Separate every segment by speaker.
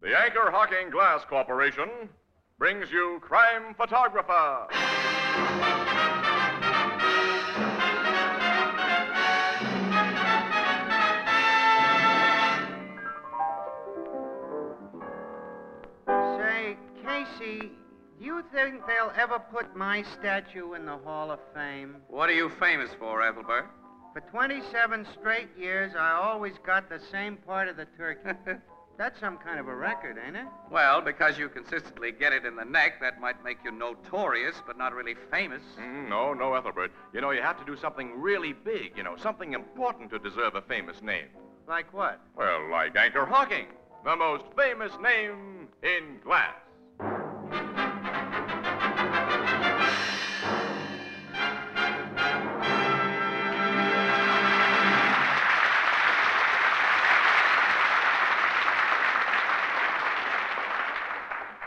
Speaker 1: The Anchor Hocking Glass Corporation brings you Crime Photographer.
Speaker 2: Say, Casey, do you think they'll ever put my statue in the Hall of Fame?
Speaker 3: What are you famous for, Ethelbert?
Speaker 2: For 27 straight years, I always got the same part of the turkey. That's some kind of a record, ain't it?
Speaker 3: Well, because you consistently get it in the neck, that might make you notorious, but not really famous.
Speaker 1: Mm, no, no, Ethelbert. You know, you have to do something really big, you know, something important to deserve a famous name.
Speaker 2: Like what?
Speaker 1: Well, like Anchor Hocking, the most famous name in glass.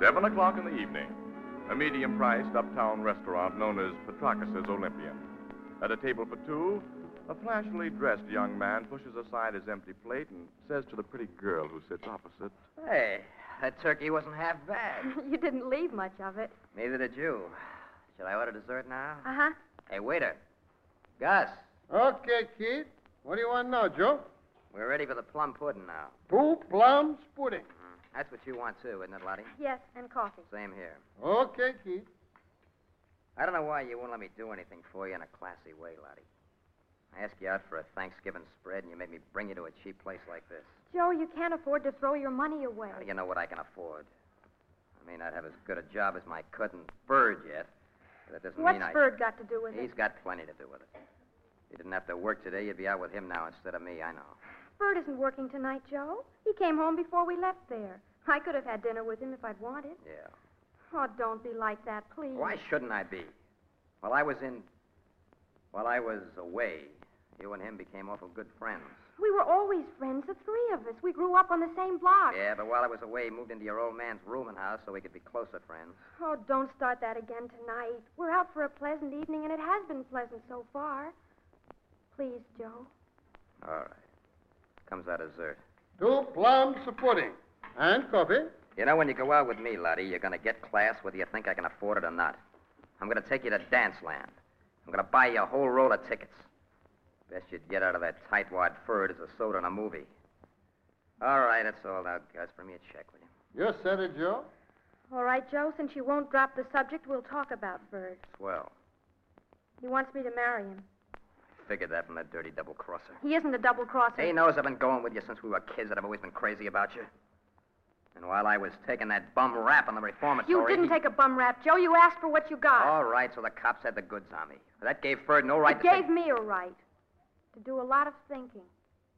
Speaker 1: Seven o'clock in the evening, a medium priced uptown restaurant known as Petrocas's Olympian. At a table for two, a flashily dressed young man pushes aside his empty plate and says to the pretty girl who sits opposite,
Speaker 4: Hey, that turkey wasn't half bad.
Speaker 5: you didn't leave much of it.
Speaker 4: Neither did you. Should I order dessert now?
Speaker 5: Uh huh.
Speaker 4: Hey, waiter. Gus,
Speaker 6: Okay, kid. What do you want now, Joe?
Speaker 4: we're ready for the plum pudding now. Mm-hmm.
Speaker 6: Two plums pudding.
Speaker 4: That's what you want, too, isn't it, Lottie?
Speaker 5: Yes, and coffee.
Speaker 4: Same here.
Speaker 6: Okay, kid.
Speaker 4: I don't know why you won't let me do anything for you in a classy way, Lottie. I asked you out for a Thanksgiving spread, and you made me bring you to a cheap place like this.
Speaker 5: Joe, you can't afford to throw your money away.
Speaker 4: How do you know what I can afford? I may not have as good a job as my cousin Bird yet, but that doesn't
Speaker 5: What's
Speaker 4: mean I...
Speaker 5: Bird got to do with
Speaker 4: He's
Speaker 5: it?
Speaker 4: got plenty to do with it. If you didn't have to work today, you'd be out with him now instead of me, I know.
Speaker 5: Bird isn't working tonight, Joe. He came home before we left there. I could have had dinner with him if I'd wanted.
Speaker 4: Yeah.
Speaker 5: Oh, don't be like that, please.
Speaker 4: Why shouldn't I be? While I was in. While I was away, you and him became awful good friends.
Speaker 5: We were always friends, the three of us. We grew up on the same block.
Speaker 4: Yeah, but while I was away, you moved into your old man's rooming house so we could be closer friends.
Speaker 5: Oh, don't start that again tonight. We're out for a pleasant evening, and it has been pleasant so far. Please, Joe.
Speaker 4: All right. Comes our dessert.
Speaker 6: Two plums pudding. And coffee.
Speaker 4: You know, when you go out with me, Lottie, you're going to get class whether you think I can afford it or not. I'm going to take you to Dance Land. I'm going to buy you a whole roll of tickets. Best you'd get out of that tightwad fur is a soda and a movie. All right, that's all now, Gus. Bring me a check, will you?
Speaker 6: You said it, Joe.
Speaker 5: All right, Joe, since you won't drop the subject, we'll talk about Bird.
Speaker 4: Swell.
Speaker 5: He wants me to marry him.
Speaker 4: Figured that from that dirty double crosser.
Speaker 5: He isn't a double crosser.
Speaker 4: He knows I've been going with you since we were kids that I've always been crazy about you. And while I was taking that bum rap in the reformatory.
Speaker 5: You didn't
Speaker 4: he-
Speaker 5: take a bum rap, Joe. You asked for what you got.
Speaker 4: All right, so the cops had the goods on me. That gave Ferd no right
Speaker 5: it
Speaker 4: to.
Speaker 5: gave
Speaker 4: take-
Speaker 5: me a right to do a lot of thinking.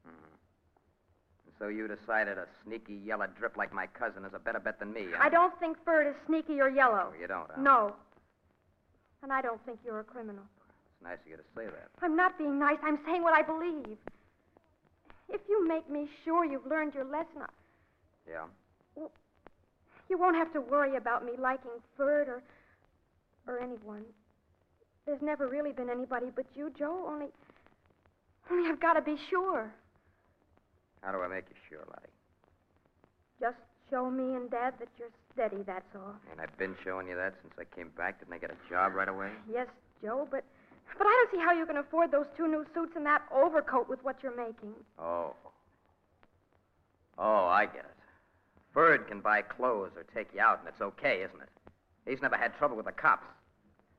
Speaker 4: Mm-hmm. So you decided a sneaky yellow drip like my cousin is a better bet than me. Huh?
Speaker 5: I don't think Bird is sneaky or yellow.
Speaker 4: Oh, you don't. Huh?
Speaker 5: No. And I don't think you're a criminal.
Speaker 4: It's nice of you to say that.
Speaker 5: I'm not being nice. I'm saying what I believe. If you make me sure you've learned your lesson, I-
Speaker 4: Yeah.
Speaker 5: you won't have to worry about me liking Bird or or anyone. There's never really been anybody but you, Joe. Only, only I've got to be sure.
Speaker 4: How do I make you sure, Lottie?
Speaker 5: Just show me and Dad that you're steady, that's all.
Speaker 4: And I've been showing you that since I came back. Didn't I get a job right away?
Speaker 5: Yes, Joe, but but I don't see how you can afford those two new suits and that overcoat with what you're making.
Speaker 4: Oh. Oh, I get it. Bird can buy clothes or take you out, and it's okay, isn't it? He's never had trouble with the cops.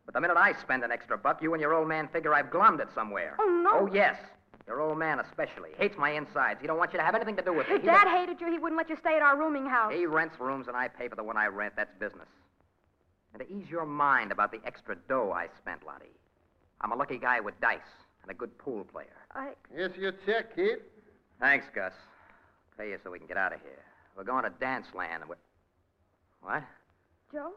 Speaker 4: But the minute I spend an extra buck, you and your old man figure I've glommed it somewhere.
Speaker 5: Oh, no.
Speaker 4: Oh, yes. Your old man especially. Hates my insides. He don't want you to have anything to do with it.
Speaker 5: If
Speaker 4: He
Speaker 5: Dad hated you, he wouldn't let you stay at our rooming house.
Speaker 4: He rents rooms and I pay for the one I rent. That's business. And to ease your mind about the extra dough I spent, Lottie, I'm a lucky guy with dice and a good pool player.
Speaker 5: I
Speaker 6: Here's your check, kid.
Speaker 4: Thanks, Gus. Pay you so we can get out of here. We're going to dance land and we What?
Speaker 5: Joe?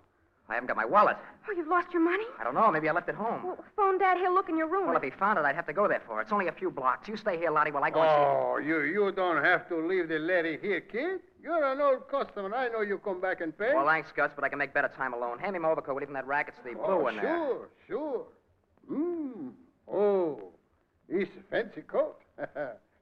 Speaker 4: I haven't got my wallet.
Speaker 5: Oh, you've lost your money?
Speaker 4: I don't know. Maybe I left it home.
Speaker 5: Well, phone Dad. He'll look in your room.
Speaker 4: Well, if he found it, I'd have to go there for it. It's only a few blocks. You stay here, Lottie, while I go and see.
Speaker 6: Oh, you, you don't have to leave the lady here, kid. You're an old customer. I know you come back and pay.
Speaker 4: Well, thanks, Gus, but I can make better time alone. Hand me my overcoat. Leave him that rack. It's the blue
Speaker 6: oh,
Speaker 4: one there.
Speaker 6: sure, sure. Mmm. Oh, it's a fancy coat.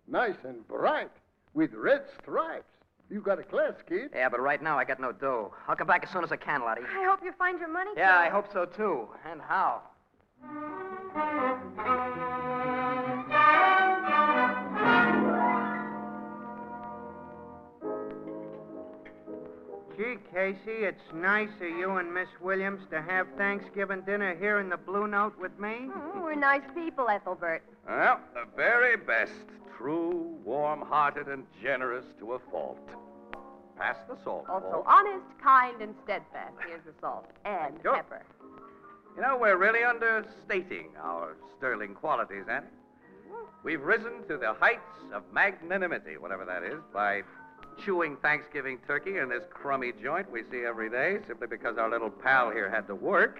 Speaker 6: nice and bright with red stripes. You got a class, kid.
Speaker 4: Yeah, but right now I got no dough. I'll come back as soon as I can, Lottie.
Speaker 5: I hope you find your money.
Speaker 4: Yeah,
Speaker 5: Joe.
Speaker 4: I hope so too. And how?
Speaker 2: Gee, Casey, it's nice of you and Miss Williams to have Thanksgiving dinner here in the Blue Note with me.
Speaker 7: Mm, we're nice people, Ethelbert.
Speaker 3: Well, the very best. True, warm hearted, and generous to a fault. Pass the salt.
Speaker 7: Also
Speaker 3: Walt.
Speaker 7: honest, kind, and steadfast. Here's the salt and
Speaker 3: Sure.
Speaker 7: pepper.
Speaker 3: You know, we're really understating our sterling qualities, Annie. We've risen to the heights of magnanimity, whatever that is, by chewing Thanksgiving turkey in this crummy joint we see every day simply because our little pal here had to work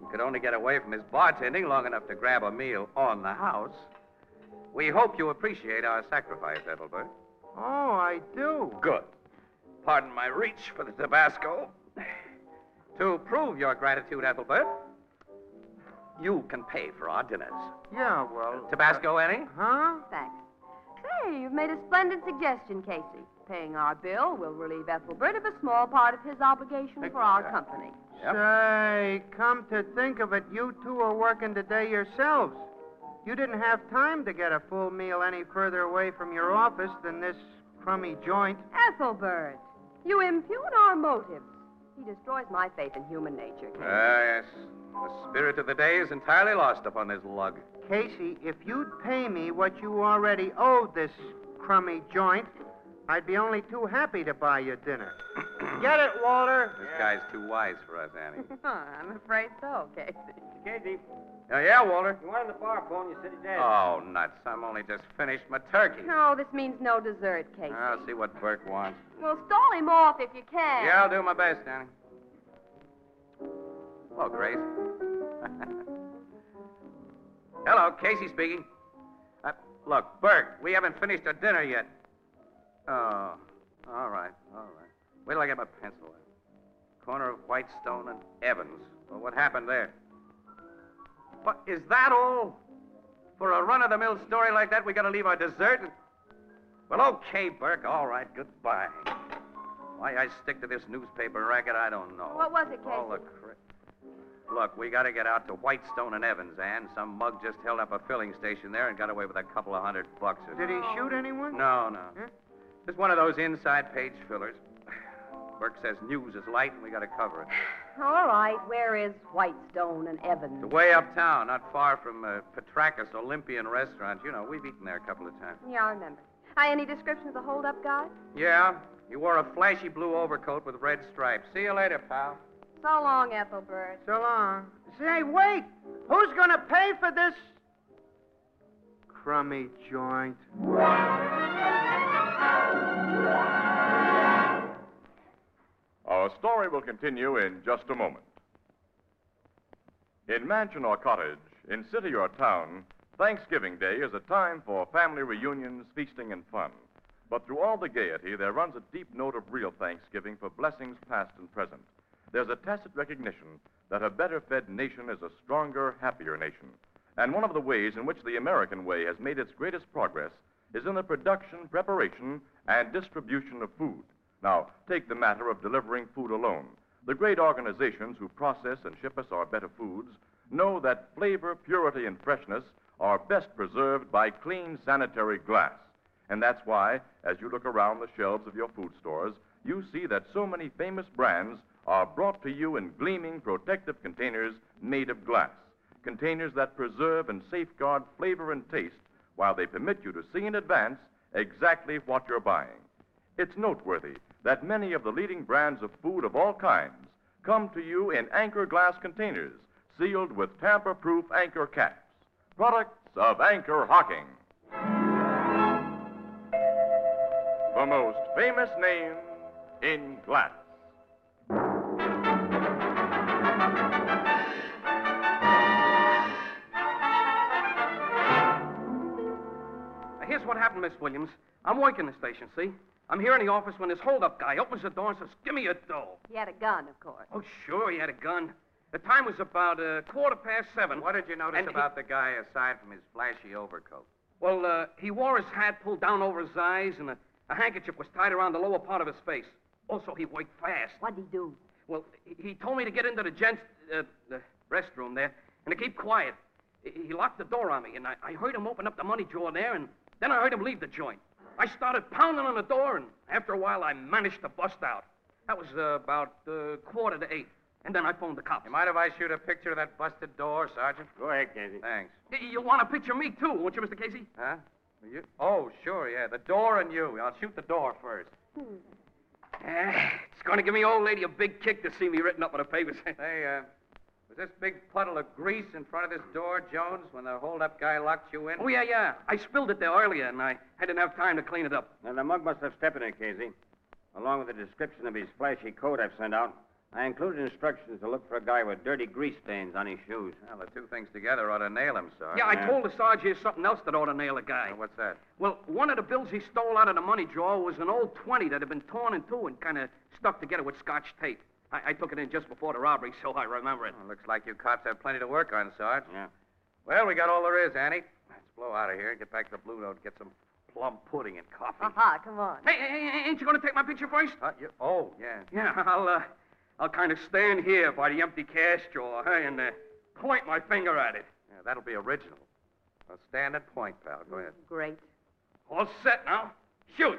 Speaker 3: and could only get away from his bartending long enough to grab a meal on the house. We hope you appreciate our sacrifice, Ethelbert.
Speaker 2: Oh, I do.
Speaker 3: Good. Pardon my reach for the Tabasco. To prove your gratitude, Ethelbert, you can pay for our dinners.
Speaker 2: Yeah, well. uh,
Speaker 3: Tabasco, Annie?
Speaker 2: Huh?
Speaker 7: Thanks. Hey, you've made a splendid suggestion, Casey. Paying our bill will relieve Ethelbert of a small part of his obligation for our company.
Speaker 2: Say, come to think of it, you two are working today yourselves. You didn't have time to get a full meal any further away from your office than this crummy joint.
Speaker 7: Ethelbert, you impugn our motives. He destroys my faith in human nature. Casey.
Speaker 3: Ah, yes. The spirit of the day is entirely lost upon this lug.
Speaker 2: Casey, if you'd pay me what you already owe this crummy joint, I'd be only too happy to buy you dinner. Get it, Walter?
Speaker 3: This guy's too wise for us, Annie.
Speaker 7: I'm afraid so, Casey.
Speaker 3: Oh, yeah, Walter?
Speaker 2: You wanted the bar phone, you said it did.
Speaker 3: Oh, nuts. I'm only just finished my turkey.
Speaker 7: No, Oh, this means no dessert, Casey.
Speaker 3: I'll see what Burke wants.
Speaker 7: well, stall him off if you can.
Speaker 3: Yeah, I'll do my best, Annie. Hello, Grace. Hello, Casey speaking. Uh, look, Burke, we haven't finished our dinner yet. Oh, all right, all right. Wait till I get my pencil out. Corner of Whitestone and Evans. Well, what happened there? What, is that all? For a run of the mill story like that, we gotta leave our dessert? and- Well, okay, Burke, all right, goodbye. Why I stick to this newspaper racket, I don't know.
Speaker 7: What was it,
Speaker 3: All the
Speaker 7: Casey?
Speaker 3: crap. Look, we gotta get out to Whitestone and Evans, Ann. Some mug just held up a filling station there and got away with a couple of hundred bucks or
Speaker 2: Did he shoot anyone?
Speaker 3: no, no.
Speaker 2: Huh?
Speaker 3: Just one of those inside page fillers. Burke says news is light and we gotta cover it.
Speaker 7: All right, where is Whitestone and Evans?
Speaker 3: It's way uptown, not far from uh, Petrakis Olympian Restaurant. You know, we've eaten there a couple of times.
Speaker 7: Yeah, I remember.
Speaker 5: Hi, any description of the holdup guy?
Speaker 3: Yeah, you wore a flashy blue overcoat with red stripes. See you later, pal.
Speaker 7: So long, Ethelbert.
Speaker 2: So long. Say, wait! Who's gonna pay for this crummy joint?
Speaker 1: Our story will continue in just a moment. In mansion or cottage, in city or town, Thanksgiving Day is a time for family reunions, feasting, and fun. But through all the gaiety, there runs a deep note of real thanksgiving for blessings past and present. There's a tacit recognition that a better fed nation is a stronger, happier nation. And one of the ways in which the American way has made its greatest progress is in the production, preparation, and distribution of food. Now, take the matter of delivering food alone. The great organizations who process and ship us our better foods know that flavor, purity, and freshness are best preserved by clean sanitary glass. And that's why, as you look around the shelves of your food stores, you see that so many famous brands are brought to you in gleaming protective containers made of glass. Containers that preserve and safeguard flavor and taste while they permit you to see in advance exactly what you're buying. It's noteworthy that many of the leading brands of food of all kinds come to you in anchor glass containers sealed with tamper proof anchor caps. Products of Anchor Hocking. the most famous name in glass.
Speaker 3: Now, here's what happened, Miss Williams. I'm working the station, see? I'm here in the office when this holdup guy opens the door and says, Give me your dough.
Speaker 7: He had a gun, of course.
Speaker 3: Oh, sure, he had a gun. The time was about uh, quarter past seven.
Speaker 8: What did you notice
Speaker 3: And he-
Speaker 8: about the guy aside from his flashy overcoat?
Speaker 3: Well, uh, he wore his hat pulled down over his eyes, and a, a handkerchief was tied around the lower part of his face. Also, he worked fast.
Speaker 7: What'd he do?
Speaker 3: Well, he- he told me to get into the gents' uh, the restroom there and to keep quiet. He he locked the door on me, and I, I heard him open up the money drawer there, and then I heard him leave the joint. I started pounding on the door, and after a while, I managed to bust out. That was uh, about uh, quarter to eight, and then I phoned the cops.
Speaker 8: You mind if I shoot a picture of that busted door, Sergeant?
Speaker 9: Go ahead, Casey.
Speaker 8: Thanks.
Speaker 3: Y- You want to picture me too, won't you, Mr. Casey?
Speaker 8: Huh? You? Oh, sure, yeah. The door and you. I'll shoot the door first.
Speaker 3: Eh, it's going to give me old lady a big kick to see me written up in the papers.
Speaker 8: Hey, uh, was this big puddle of grease in front of this door, Jones, when the holdup guy locked you in?
Speaker 3: oh yeah, yeah. I spilled it there earlier, and I, I didn't have time to clean it up.
Speaker 9: Now, the mug must have stepped in it, Casey. Along with the description of his flashy coat I've sent out, I included instructions to look for a guy with dirty grease stains on his shoes.
Speaker 8: Well, the two things together ought to nail him, Sergeant.
Speaker 3: Yeah, I
Speaker 9: Yeah.
Speaker 3: told the Sarge here's something else that ought to nail a guy.
Speaker 8: Now, what's that?
Speaker 3: Well, one of the bills he stole out of the money drawer was an old 20 that had been torn in two and kind of stuck together with scotch tape. I, I took it in just before the robbery, so I remember it.
Speaker 8: Well, looks like you cops have plenty to work on, Sarge.
Speaker 9: Yeah.
Speaker 8: Well, we got all there is, Annie. Let's blow out of here and get back to the Blue Note and get some plum pudding and coffee.
Speaker 7: Aha, come on.
Speaker 3: Uh, Hey, hey, hey, ain't you going to take my picture first?
Speaker 8: Uh, you, oh, yeah.
Speaker 3: Yeah, I'll, uh, I'll kind of stand here by the empty cash drawer hey, and uh, point my finger at it.
Speaker 8: yeah. That'll be original. Well, stand and point, pal. Go ahead.
Speaker 7: Great.
Speaker 3: All set now. Shoot.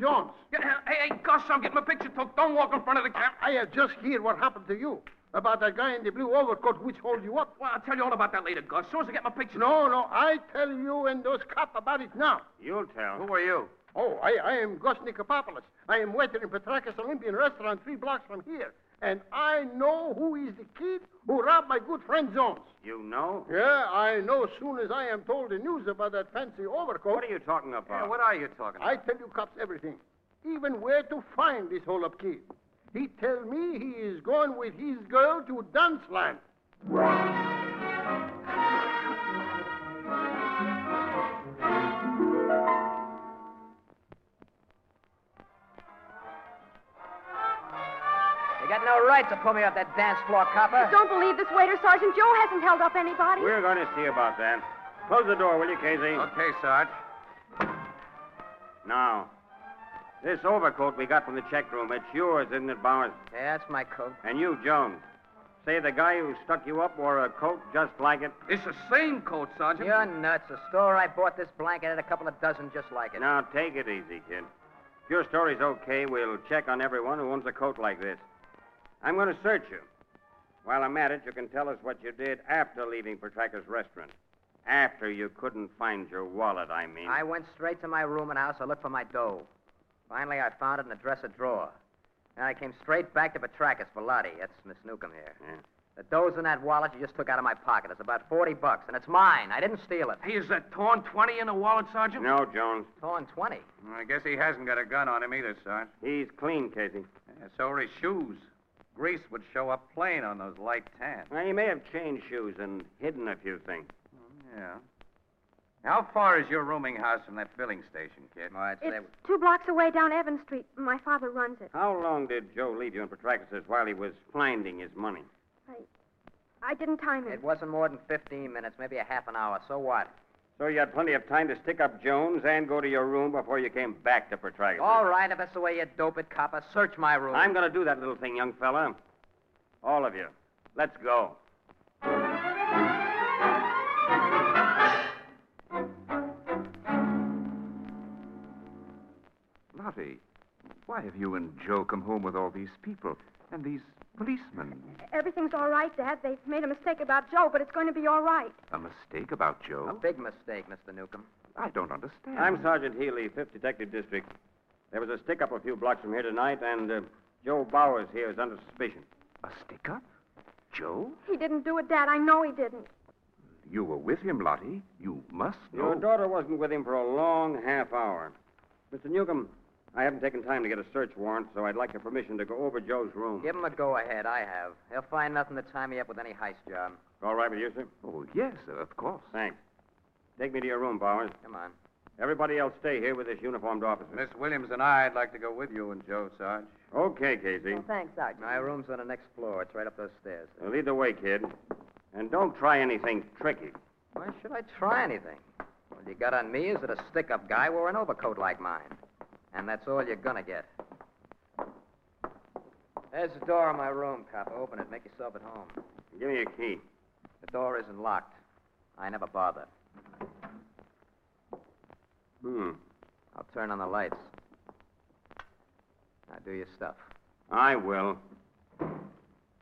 Speaker 6: Jones,
Speaker 3: Yeah, hey, hey, gosh, I'm getting my picture took. Don't walk in front of the camera.
Speaker 6: I have just heard what happened to you about that guy in the blue overcoat which holds you up.
Speaker 3: Well, I'll tell you all about that later, Gus. Soon as I get my picture.
Speaker 6: No, no, I tell you and those cops about it now.
Speaker 9: You'll tell.
Speaker 8: Who are you?
Speaker 6: Oh, I, I am Gus Nikopopoulos. I am waiter in Petrakis Olympian restaurant three blocks from here. And I know who is the kid who robbed my good friend Jones.
Speaker 9: You know?
Speaker 6: Yeah, I know soon as I am told the news about that fancy overcoat.
Speaker 9: What are you talking about?
Speaker 8: Yeah, what are you talking about?
Speaker 6: I tell you cops everything, even where to find this whole up kid. He tell me he is going with his girl to Dunceland.
Speaker 4: You got no right to pull me off that dance floor, copper.
Speaker 5: Don't believe this waiter, Sergeant. Joe hasn't held up anybody.
Speaker 9: We're going to see about that. Close the door, will you, Casey?
Speaker 8: Okay, Sarge.
Speaker 9: Now, this overcoat we got from the check room, it's yours, isn't it, Bowers?
Speaker 4: Yeah, that's my coat.
Speaker 9: And you, Jones. Say the guy who stuck you up wore a coat just like it.
Speaker 3: It's the same coat, Sergeant.
Speaker 4: You're nuts. The store I bought this blanket had a couple of dozen just like it.
Speaker 9: Now, take it easy, kid. If your story's okay, we'll check on everyone who owns a coat like this. I'm going to search you. While I'm at it, you can tell us what you did after leaving Petraka's restaurant. After you couldn't find your wallet, I mean.
Speaker 4: I went straight to my room and house. I looked for my dough. Finally, I found it in a dresser drawer. Then I came straight back to Petrakis for Lottie. That's Miss Newcomb here.
Speaker 9: Yeah.
Speaker 4: The dough's in that wallet you just took out of my pocket. It's about 40 bucks, and it's mine. I didn't steal it.
Speaker 3: Hey, is that torn 20 in the wallet, Sergeant?
Speaker 9: No, Jones.
Speaker 4: Torn 20.
Speaker 8: I guess he hasn't got a gun on him either, Sarge.
Speaker 9: He's clean, Casey.
Speaker 8: Yeah, so are his shoes. Grease would show up plain on those light tans.
Speaker 9: Well, he may have changed shoes and hidden a few things.
Speaker 8: Mm, Yeah. How far is your rooming house from that filling station, kid?
Speaker 4: All right, so
Speaker 5: It's
Speaker 4: there-
Speaker 5: two blocks away down Evans Street. My father runs it.
Speaker 9: How long did Joe leave you in Petrakis while he was finding his money?
Speaker 5: I didn't time
Speaker 4: it
Speaker 5: it.
Speaker 4: wasn't more than 15 minutes, maybe a half an hour. So what?
Speaker 9: So you had plenty of time to stick up Jones and go to your room before you came back to Petrakis.
Speaker 4: All right, if that's the way you dope it, copper, search my room.
Speaker 9: I'm going to do that little thing, young fella. All of you. Let's go.
Speaker 8: Lottie, why have you and Joe come home with all these people and these policemen?
Speaker 5: Everything's all right, Dad. They've made a mistake about Joe, but it's going to be all right.
Speaker 10: Um,
Speaker 8: A mistake about
Speaker 4: A
Speaker 8: Joe?
Speaker 4: big mistake, Mr. Newcomb.
Speaker 8: I don't understand.
Speaker 9: I'm Sergeant Healy, 5th Detective District. There was a stick up a few blocks from here tonight, and uh, Joe Bowers here is under suspicion.
Speaker 8: A stick up? Joe?
Speaker 5: He didn't do it, Dad. I know he didn't.
Speaker 8: You were with him, Lottie. You must
Speaker 9: Your daughter wasn't with him for a long half hour. Mr. Newcomb, I haven't taken time to get a search warrant, so I'd like your permission to go over Joe's room.
Speaker 4: Give him a go ahead. I have. He'll find nothing to tie me up with any heist job.
Speaker 9: All right with you, sir?
Speaker 10: Oh, yes, of course.
Speaker 9: Thanks. Take me to your room, Bowers.
Speaker 4: Come on.
Speaker 9: Everybody else stay here with this uniformed officer.
Speaker 8: Miss Williams and I'd like to go with you and Joe, Sarge.
Speaker 9: Okay, Casey.
Speaker 7: Well, thanks, Sergeant.
Speaker 4: My room's on the next floor. It's right up those stairs.
Speaker 9: Well, lead the way, kid. And don't try anything tricky.
Speaker 4: Why should I try anything? All you got on me is that a stick up guy wore an overcoat like mine. And that's all you're gonna get. There's the door of my room, copper. Open it. Make yourself at home.
Speaker 9: Give me your key.
Speaker 4: The door isn't locked. I never bother.
Speaker 9: Hmm.
Speaker 4: I'll turn on the lights. Now do your stuff.
Speaker 9: I will.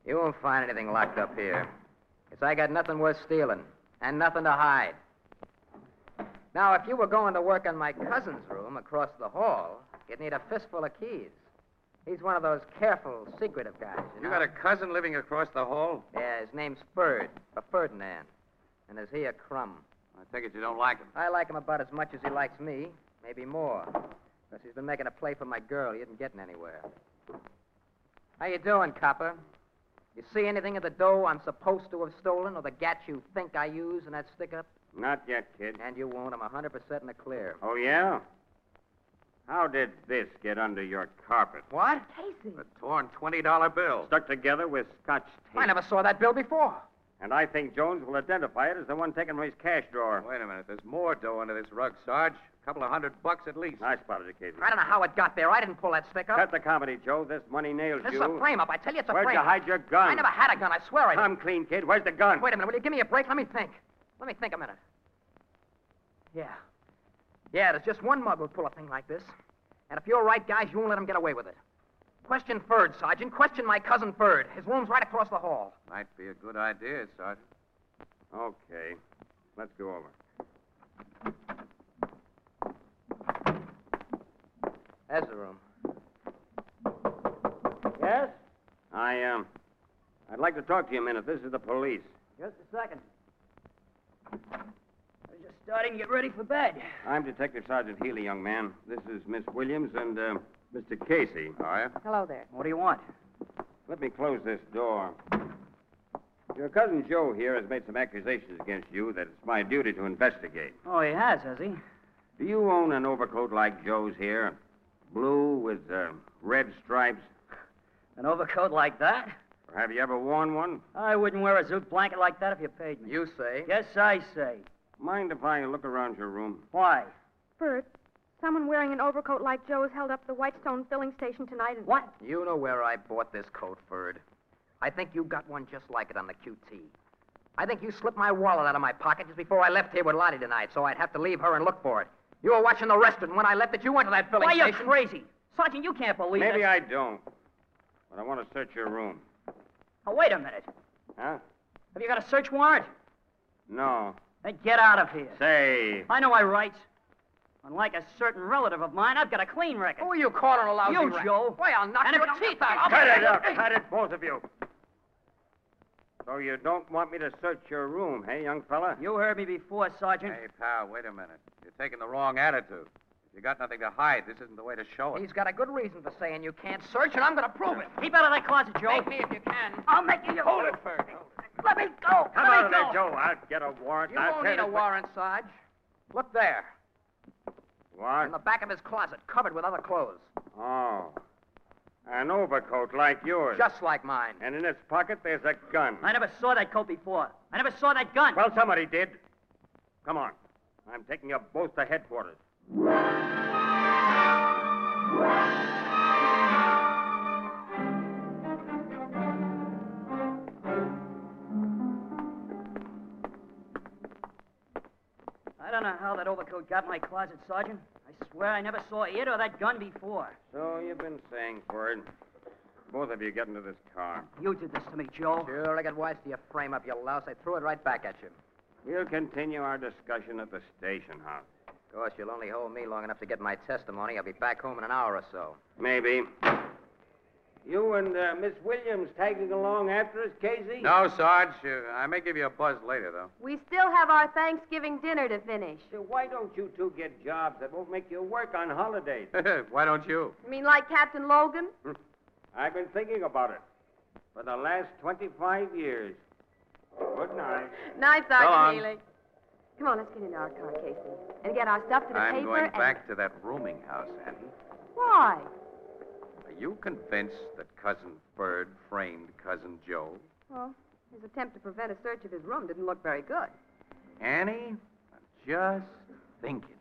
Speaker 4: You won't find anything locked up here. 'Cause I got nothing worth stealing and nothing to hide. Now, if you were going to work in my cousin's room across the hall, you'd need a fistful of keys. He's one of those careful, secretive guys. You,
Speaker 8: You
Speaker 4: know?
Speaker 8: got a cousin living across the hall?
Speaker 4: Yeah, his name's Bird, or Ferdinand. And is he a crumb?
Speaker 8: I take it you don't like him.
Speaker 4: I like him about as much as he likes me, maybe more. Because he's been making a play for my girl. He isn't getting anywhere. How you doing, copper? You see anything of the dough I'm supposed to have stolen or the gat you think I used in that stick-up?
Speaker 9: Not yet, kid.
Speaker 4: And you won't. I'm 100% in the clear.
Speaker 9: Oh, yeah? How did this get under your carpet?
Speaker 4: What?
Speaker 7: Casey.
Speaker 8: A torn $20 bill.
Speaker 9: Stuck together with scotch tape.
Speaker 4: I never saw that bill before.
Speaker 9: And I think Jones will identify it as the one taken from his cash drawer.
Speaker 8: Wait a minute. There's more dough under this rug, Sarge. A couple of hundred bucks at least.
Speaker 9: I spotted it, Casey.
Speaker 4: I don't know how it got there. I didn't pull that stick up.
Speaker 9: Cut the comedy, Joe. This money nails
Speaker 4: this
Speaker 9: you.
Speaker 4: is a frame-up. I tell you, it's a
Speaker 9: Where'd you
Speaker 4: frame-up.
Speaker 9: hide your gun?
Speaker 4: I never had a gun. I swear I did.
Speaker 9: Come clean, kid. Where's the gun?
Speaker 4: Wait a minute. Will you give me a break? Let me think. Let me think a minute. Yeah. Yeah, there's just one mug would pull a thing like this. And if you're right, guys, you won't let him get away with it. Question Ferd, Sergeant. Question my cousin Ferd. His room's right across the hall.
Speaker 8: Might be a good idea, Sergeant.
Speaker 9: Okay. Let's go over.
Speaker 4: There's the room.
Speaker 9: Yes? I, um, I'd like to talk to you a minute. This is the police.
Speaker 11: Just a second. I was just starting to get ready for bed.
Speaker 9: I'm Detective Sergeant Healy, young man. This is Miss Williams and, uh, Mr. Casey.
Speaker 8: Are you?
Speaker 7: Hello there.
Speaker 11: What do you want?
Speaker 9: Let me close this door. Your cousin Joe here has made some accusations against you that it's my duty to investigate.
Speaker 11: Oh, he has, has he?
Speaker 9: Do you own an overcoat like Joe's here? Blue with uh, red stripes?
Speaker 11: An overcoat like that?
Speaker 9: Or have you ever worn one?
Speaker 11: I wouldn't wear a zoot blanket like that if you paid me.
Speaker 4: You say.
Speaker 11: Yes, I say.
Speaker 9: Mind if I look around your room?
Speaker 11: Why?
Speaker 5: Bert, someone wearing an overcoat like Joe's held up the Whitestone filling station tonight and.
Speaker 11: What?
Speaker 4: You know where I bought this coat, Ferd. I think you got one just like it on the QT. I think you slipped my wallet out of my pocket just before I left here with Lottie tonight, so I'd have to leave her and look for it. You were watching the restaurant when I left it. You went to that filling
Speaker 11: Why, you're
Speaker 4: station.
Speaker 11: crazy. Sergeant, you can't believe
Speaker 9: Maybe
Speaker 11: it.
Speaker 9: I don't. But I want to search your room.
Speaker 11: Oh, wait a minute.
Speaker 9: Huh?
Speaker 11: Have you got a search warrant?
Speaker 9: No.
Speaker 11: Then get out of here.
Speaker 9: Say,
Speaker 11: I know my rights. Unlike a certain relative of mine, I've got a clean record.
Speaker 4: Who are you calling a lousy
Speaker 11: You,
Speaker 4: rat?
Speaker 11: Joe.
Speaker 4: Why, I'll knock
Speaker 11: And
Speaker 4: your
Speaker 11: if-
Speaker 4: teeth out. I'll
Speaker 9: cut it up. Cut it, both of you. So you don't want me to search your room, hey, young fella?
Speaker 11: You heard me before, Sergeant.
Speaker 8: Hey, pal, wait a minute. You're taking the wrong attitude. If you got nothing to hide, this isn't the way to show it.
Speaker 4: He's got a good reason for saying you can't search, and I'm going to prove it.
Speaker 11: Keep out of that closet, Joe.
Speaker 4: Take me if you can.
Speaker 11: I'll make you.
Speaker 4: Hold it, Ferd.
Speaker 11: Let me go.
Speaker 9: Come
Speaker 11: Let
Speaker 9: out
Speaker 11: me
Speaker 9: of
Speaker 11: go.
Speaker 9: there, Joe. I'll get a warrant.
Speaker 4: You
Speaker 9: I'll
Speaker 4: won't
Speaker 9: tell
Speaker 4: need a
Speaker 9: this-
Speaker 4: warrant, Sarge. Look there, in the
Speaker 9: What?
Speaker 4: back of his closet, covered with other clothes,
Speaker 9: Oh. An overcoat like yours.
Speaker 4: just like mine.
Speaker 9: And in its pocket, there's a gun.
Speaker 11: I never saw that coat before. I never saw that gun.
Speaker 9: Well, somebody did. Come on. I'm taking you both to headquarters.
Speaker 11: I don't know how that overcoat got in my closet, Sergeant. I swear I never saw it or that gun before.
Speaker 9: So you've been saying, Ford. Both of you get into this car.
Speaker 11: You did this to me, Joe.
Speaker 4: Sure, I got wise to your frame up, you louse. I threw it right back at you.
Speaker 9: We'll continue our discussion at the station house.
Speaker 4: Of course, you'll only hold me long enough to get my testimony. I'll be back home in an hour or so.
Speaker 9: Maybe. You and uh, Miss Williams tagging along after us, Casey?
Speaker 3: No, Sarge. Uh, I may give you a buzz later, though.
Speaker 7: We still have our Thanksgiving dinner to finish.
Speaker 9: So why don't you two get jobs that won't make you work on holidays?
Speaker 3: Why don't you?
Speaker 7: You mean like Captain Logan?
Speaker 9: I've been thinking about it for the last 25 years. Good night.
Speaker 7: Nice,
Speaker 3: Go on.
Speaker 7: Archie Neely. Come on, let's get in our car, Casey, and get our stuff to the
Speaker 3: I'm
Speaker 7: paper.
Speaker 3: going
Speaker 7: and-
Speaker 3: back to that rooming house, Annie.
Speaker 7: Why?
Speaker 3: Are you convinced that Cousin Bird framed Cousin Joe?
Speaker 7: Well, his attempt to prevent a search of his room didn't look very good.
Speaker 3: Annie, I'm just thinking.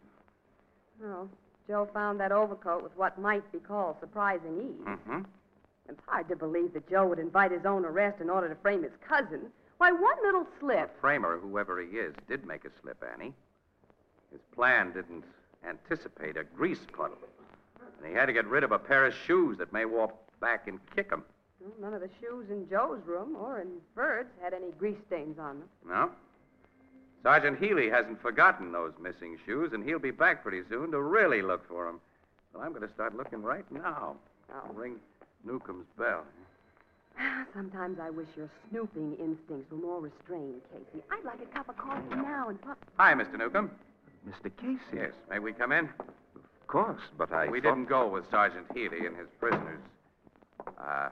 Speaker 7: Well, Joe found that overcoat with what might be called surprising ease.
Speaker 3: Mm-hmm.
Speaker 7: It's hard to believe that Joe would invite his own arrest in order to frame his cousin. Why, one little slip.
Speaker 3: Framer, whoever he is, did make a slip, Annie. His plan didn't anticipate a grease puddle. And he had to get rid of a pair of shoes that may walk back and kick him.
Speaker 7: Well, none of the shoes in Joe's room or in Bird's had any grease stains on them.
Speaker 3: No? Sergeant Healy hasn't forgotten those missing shoes, and he'll be back pretty soon to really look for them. Well, I'm going to start looking right now. I'll ring Newcomb's bell.
Speaker 7: Sometimes I wish your snooping instincts were more restrained, Casey. I'd like a cup of coffee now and pop.
Speaker 3: Hi, Mr. Newcomb.
Speaker 10: Mr. Casey?
Speaker 3: Yes, may we come in?
Speaker 10: Of course, but I.
Speaker 3: we
Speaker 10: thought-
Speaker 3: didn't go with Sergeant Healy and his prisoners. Uh,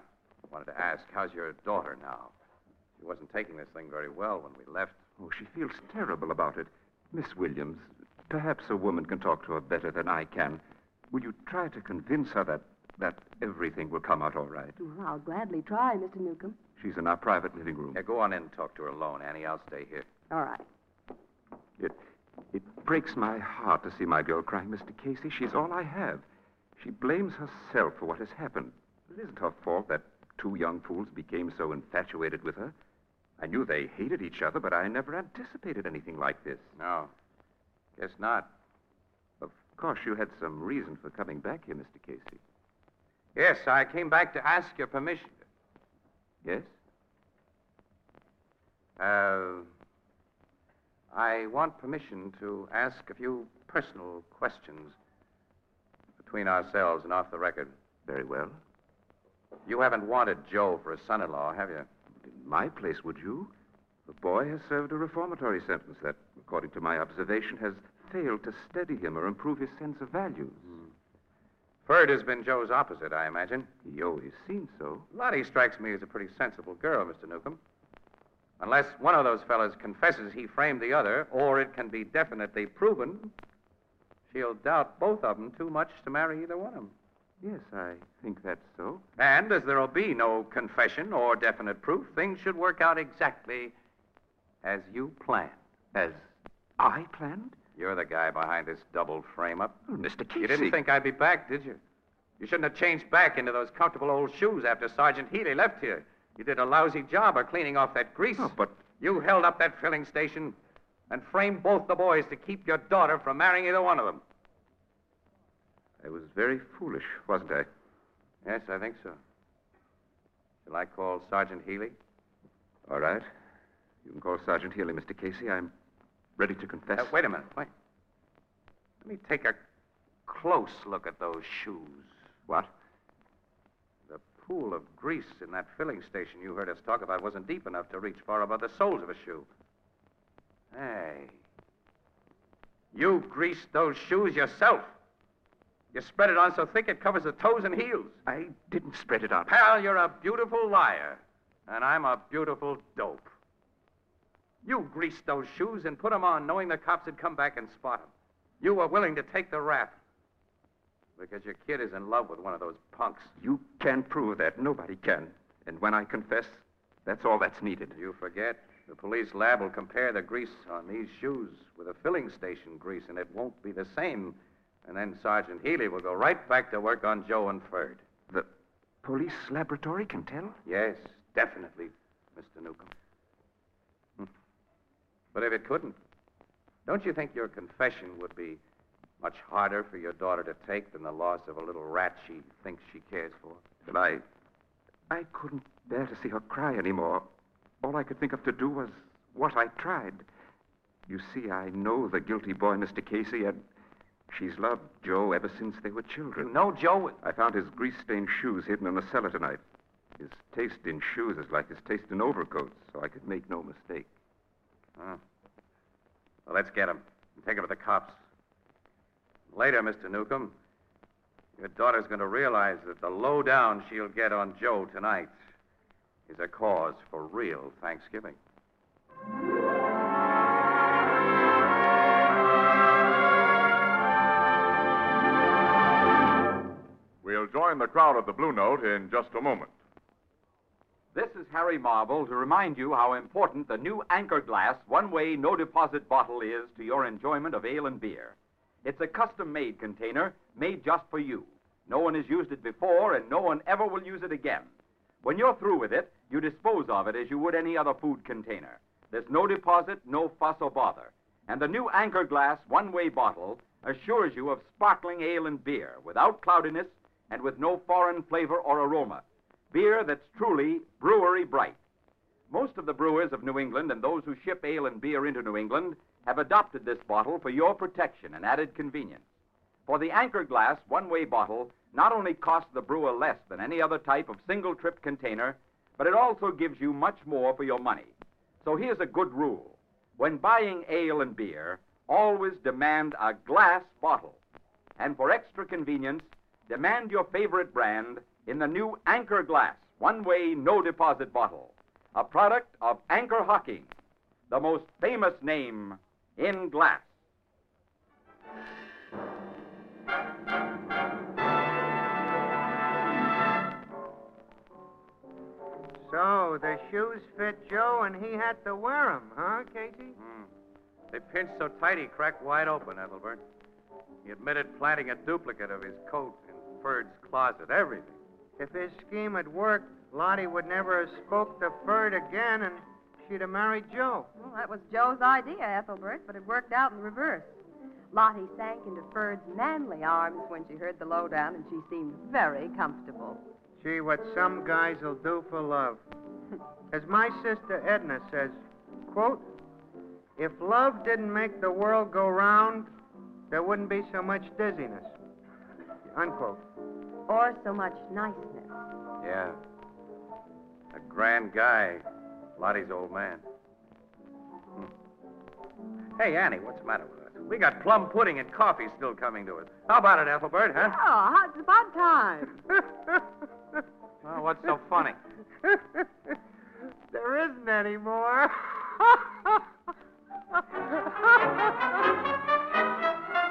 Speaker 3: wanted to ask, how's your daughter now? She wasn't taking this thing very well when we left.
Speaker 10: Oh, she feels terrible about it. Miss Williams, perhaps a woman can talk to her better than I can. Will you try to convince her that, that everything will come out all right?
Speaker 7: Well, I'll gladly try, Mr. Newcomb.
Speaker 10: She's in our private living room.
Speaker 3: Yeah, go on in and talk to her alone, Annie. I'll stay here.
Speaker 7: All right.
Speaker 10: It, it breaks my heart to see my girl crying, Mr. Casey. She's all I have. She blames herself for what has happened. It isn't her fault that two young fools became so infatuated with her. I knew they hated each other, but I never anticipated anything like this.
Speaker 3: No. Guess not.
Speaker 10: Of course, you had some reason for coming back here, Mr. Casey.
Speaker 3: Yes, I came back to ask your permission.
Speaker 10: Yes?
Speaker 3: Uh, I want permission to ask a few personal questions between ourselves and off the record.
Speaker 10: Very well.
Speaker 3: You haven't wanted Joe for a son in law, have you?
Speaker 10: In my place, would you? The boy has served a reformatory sentence that, according to my observation, has failed to steady him or improve his sense of values.
Speaker 3: Hmm. Ferd has been Joe's opposite, I imagine.
Speaker 10: He always seems so.
Speaker 3: Lottie strikes me as a pretty sensible girl, Mr. Newcomb. Unless one of those fellows confesses he framed the other, or it can be definitely proven, she'll doubt both of them too much to marry either one of them.
Speaker 10: Yes, I think that's so.
Speaker 3: And as there'll be no confession or definite proof, things should work out exactly as you planned.
Speaker 10: As I planned?
Speaker 3: You're the guy behind this double frame up.
Speaker 10: Oh, Mr. Casey.
Speaker 3: You didn't think I'd be back, did you? You shouldn't have changed back into those comfortable old shoes after Sergeant Healy left here. You did a lousy job of cleaning off that grease.
Speaker 10: Oh, but
Speaker 3: You held up that filling station and framed both the boys to keep your daughter from marrying either one of them.
Speaker 10: I was very foolish, wasn't I?
Speaker 3: Yes, I think so. Shall I call Sergeant Healy?
Speaker 10: All right. You can call Sergeant Healy, Mr. Casey. I'm ready to confess.
Speaker 3: Uh, wait a minute. Wait. Let me take a close look at those shoes.
Speaker 10: What?
Speaker 3: The pool of grease in that filling station you heard us talk about wasn't deep enough to reach far above the soles of a shoe. Hey. You greased those shoes yourself. You spread it on so thick it covers the toes and heels.
Speaker 10: I didn't spread it out.
Speaker 3: Pal, you're a beautiful liar, and I'm a beautiful dope. You greased those shoes and put 'em on knowing the cops would come back and spot 'em. You were willing to take the rap because your kid is in love with one of those punks.
Speaker 10: You can't prove that. Nobody can. And when I confess, that's all that's needed.
Speaker 3: You forget, the police lab will compare the grease on these shoes with a filling station grease, and it won't be the same. And then Sergeant Healy will go right back to work on Joe and Ferd.
Speaker 10: The police laboratory can tell?
Speaker 3: Yes, definitely, Mr. Newcomb. Hmm. But if it couldn't, don't you think your confession would be much harder for your daughter to take than the loss of a little rat she thinks she cares for?
Speaker 10: But I. I couldn't bear to see her cry anymore. All I could think of to do was what I tried. You see, I know the guilty boy, Mr. Casey, and She's loved Joe ever since they were children.
Speaker 12: No, Joe. was-
Speaker 10: I found his grease stained shoes hidden in a cellar tonight. His taste in shoes is like his taste in overcoats, so I could make no mistake.
Speaker 3: Huh. Well, let's get him. and Take him to the cops. Later, Mr. Newcomb, your daughter's going to realize that the lowdown she'll get on Joe tonight is a cause for real Thanksgiving.
Speaker 1: We'll join the crowd at the Blue Note in just a moment.
Speaker 12: This is Harry Marvel to remind you how important the new Anchor Glass one way no deposit bottle is to your enjoyment of ale and beer. It's a custom made container made just for you. No one has used it before, and no one ever will use it again. When you're through with it, you dispose of it as you would any other food container. There's no deposit, no fuss or bother. And the new Anchor Glass one way bottle assures you of sparkling ale and beer without cloudiness and with no foreign flavor or aroma. Beer that's truly brewery bright. Most of the brewers of New England and those who ship ale and beer into New England have adopted this bottle for your protection and added convenience. For the Anchor Glass one way bottle not only costs the brewer less than any other type of single trip container, but it also gives you much more for your money. So here's a good rule when buying ale and beer, always demand a glass bottle. And for extra convenience, demand your favorite brand in the new Anchor Glass one way no deposit bottle, a product of Anchor Hocking, the most famous name in glass.
Speaker 2: So the shoes fit Joe and he had to wear 'em, huh, Uh-huh, Casey?
Speaker 3: Hmm. They pinched so tight he cracked wide open, Ethelbert. He admitted planting a duplicate of his coat in Ferd's closet, everything.
Speaker 2: If his scheme had worked, Lottie would never have spoke to Ferd again and she'd have married Joe.
Speaker 7: Well, that was Joe's idea, Ethelbert, but it worked out in reverse. Lottie sank into Ferd's manly arms when she heard the lowdown, and she seemed very comfortable.
Speaker 2: Gee, what some guys will do for love. As my sister Edna says, quote, if love didn't make the world go round, there wouldn't be so much dizziness. Unquote.
Speaker 7: Or so much niceness.
Speaker 3: Yeah. A grand guy, Lottie's old man. Hmm. Hey, Annie, what's the matter with us? We got plum pudding and coffee still coming to us. How about it, Ethelbert,
Speaker 7: Oh,
Speaker 3: huh?
Speaker 7: hot- it's about time.
Speaker 3: Well, what's so funny?
Speaker 2: there isn't any more.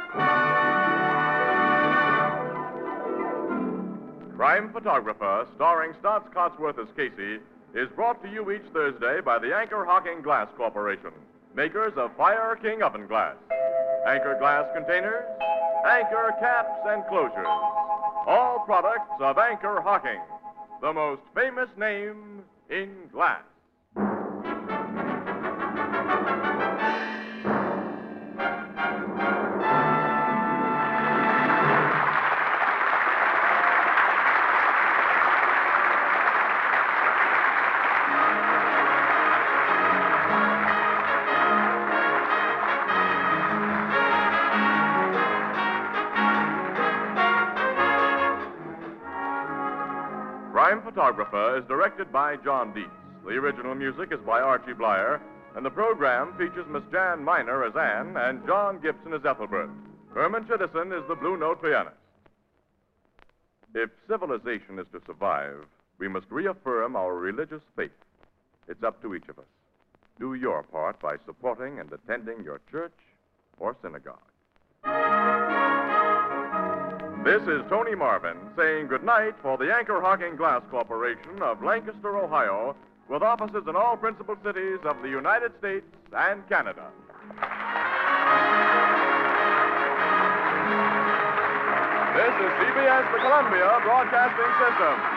Speaker 1: Crime Photographer, starring Stotts Cotsworth as Casey, is brought to you each Thursday by the Anchor Hocking Glass Corporation, makers of Fire King Oven Glass, Anchor Glass Containers, Anchor Caps and Closures. All products of Anchor Hocking, the most famous name in glass. Crime Photographer is directed by John Dietz. The original music is by Archie Blyer, and the program features Miss Jan Miner as Anne and John Gibson as Ethelbert. Herman Chittison is the Blue Note pianist. If civilization is to survive, we must reaffirm our religious faith. It's up to each of us. Do your part by supporting and attending your church or synagogue. This is Tony Marvin saying goodnight for the Anchor Hocking Glass Corporation of Lancaster, Ohio, with offices in all principal cities of the United States and Canada. This is CBS, the Columbia Broadcasting System.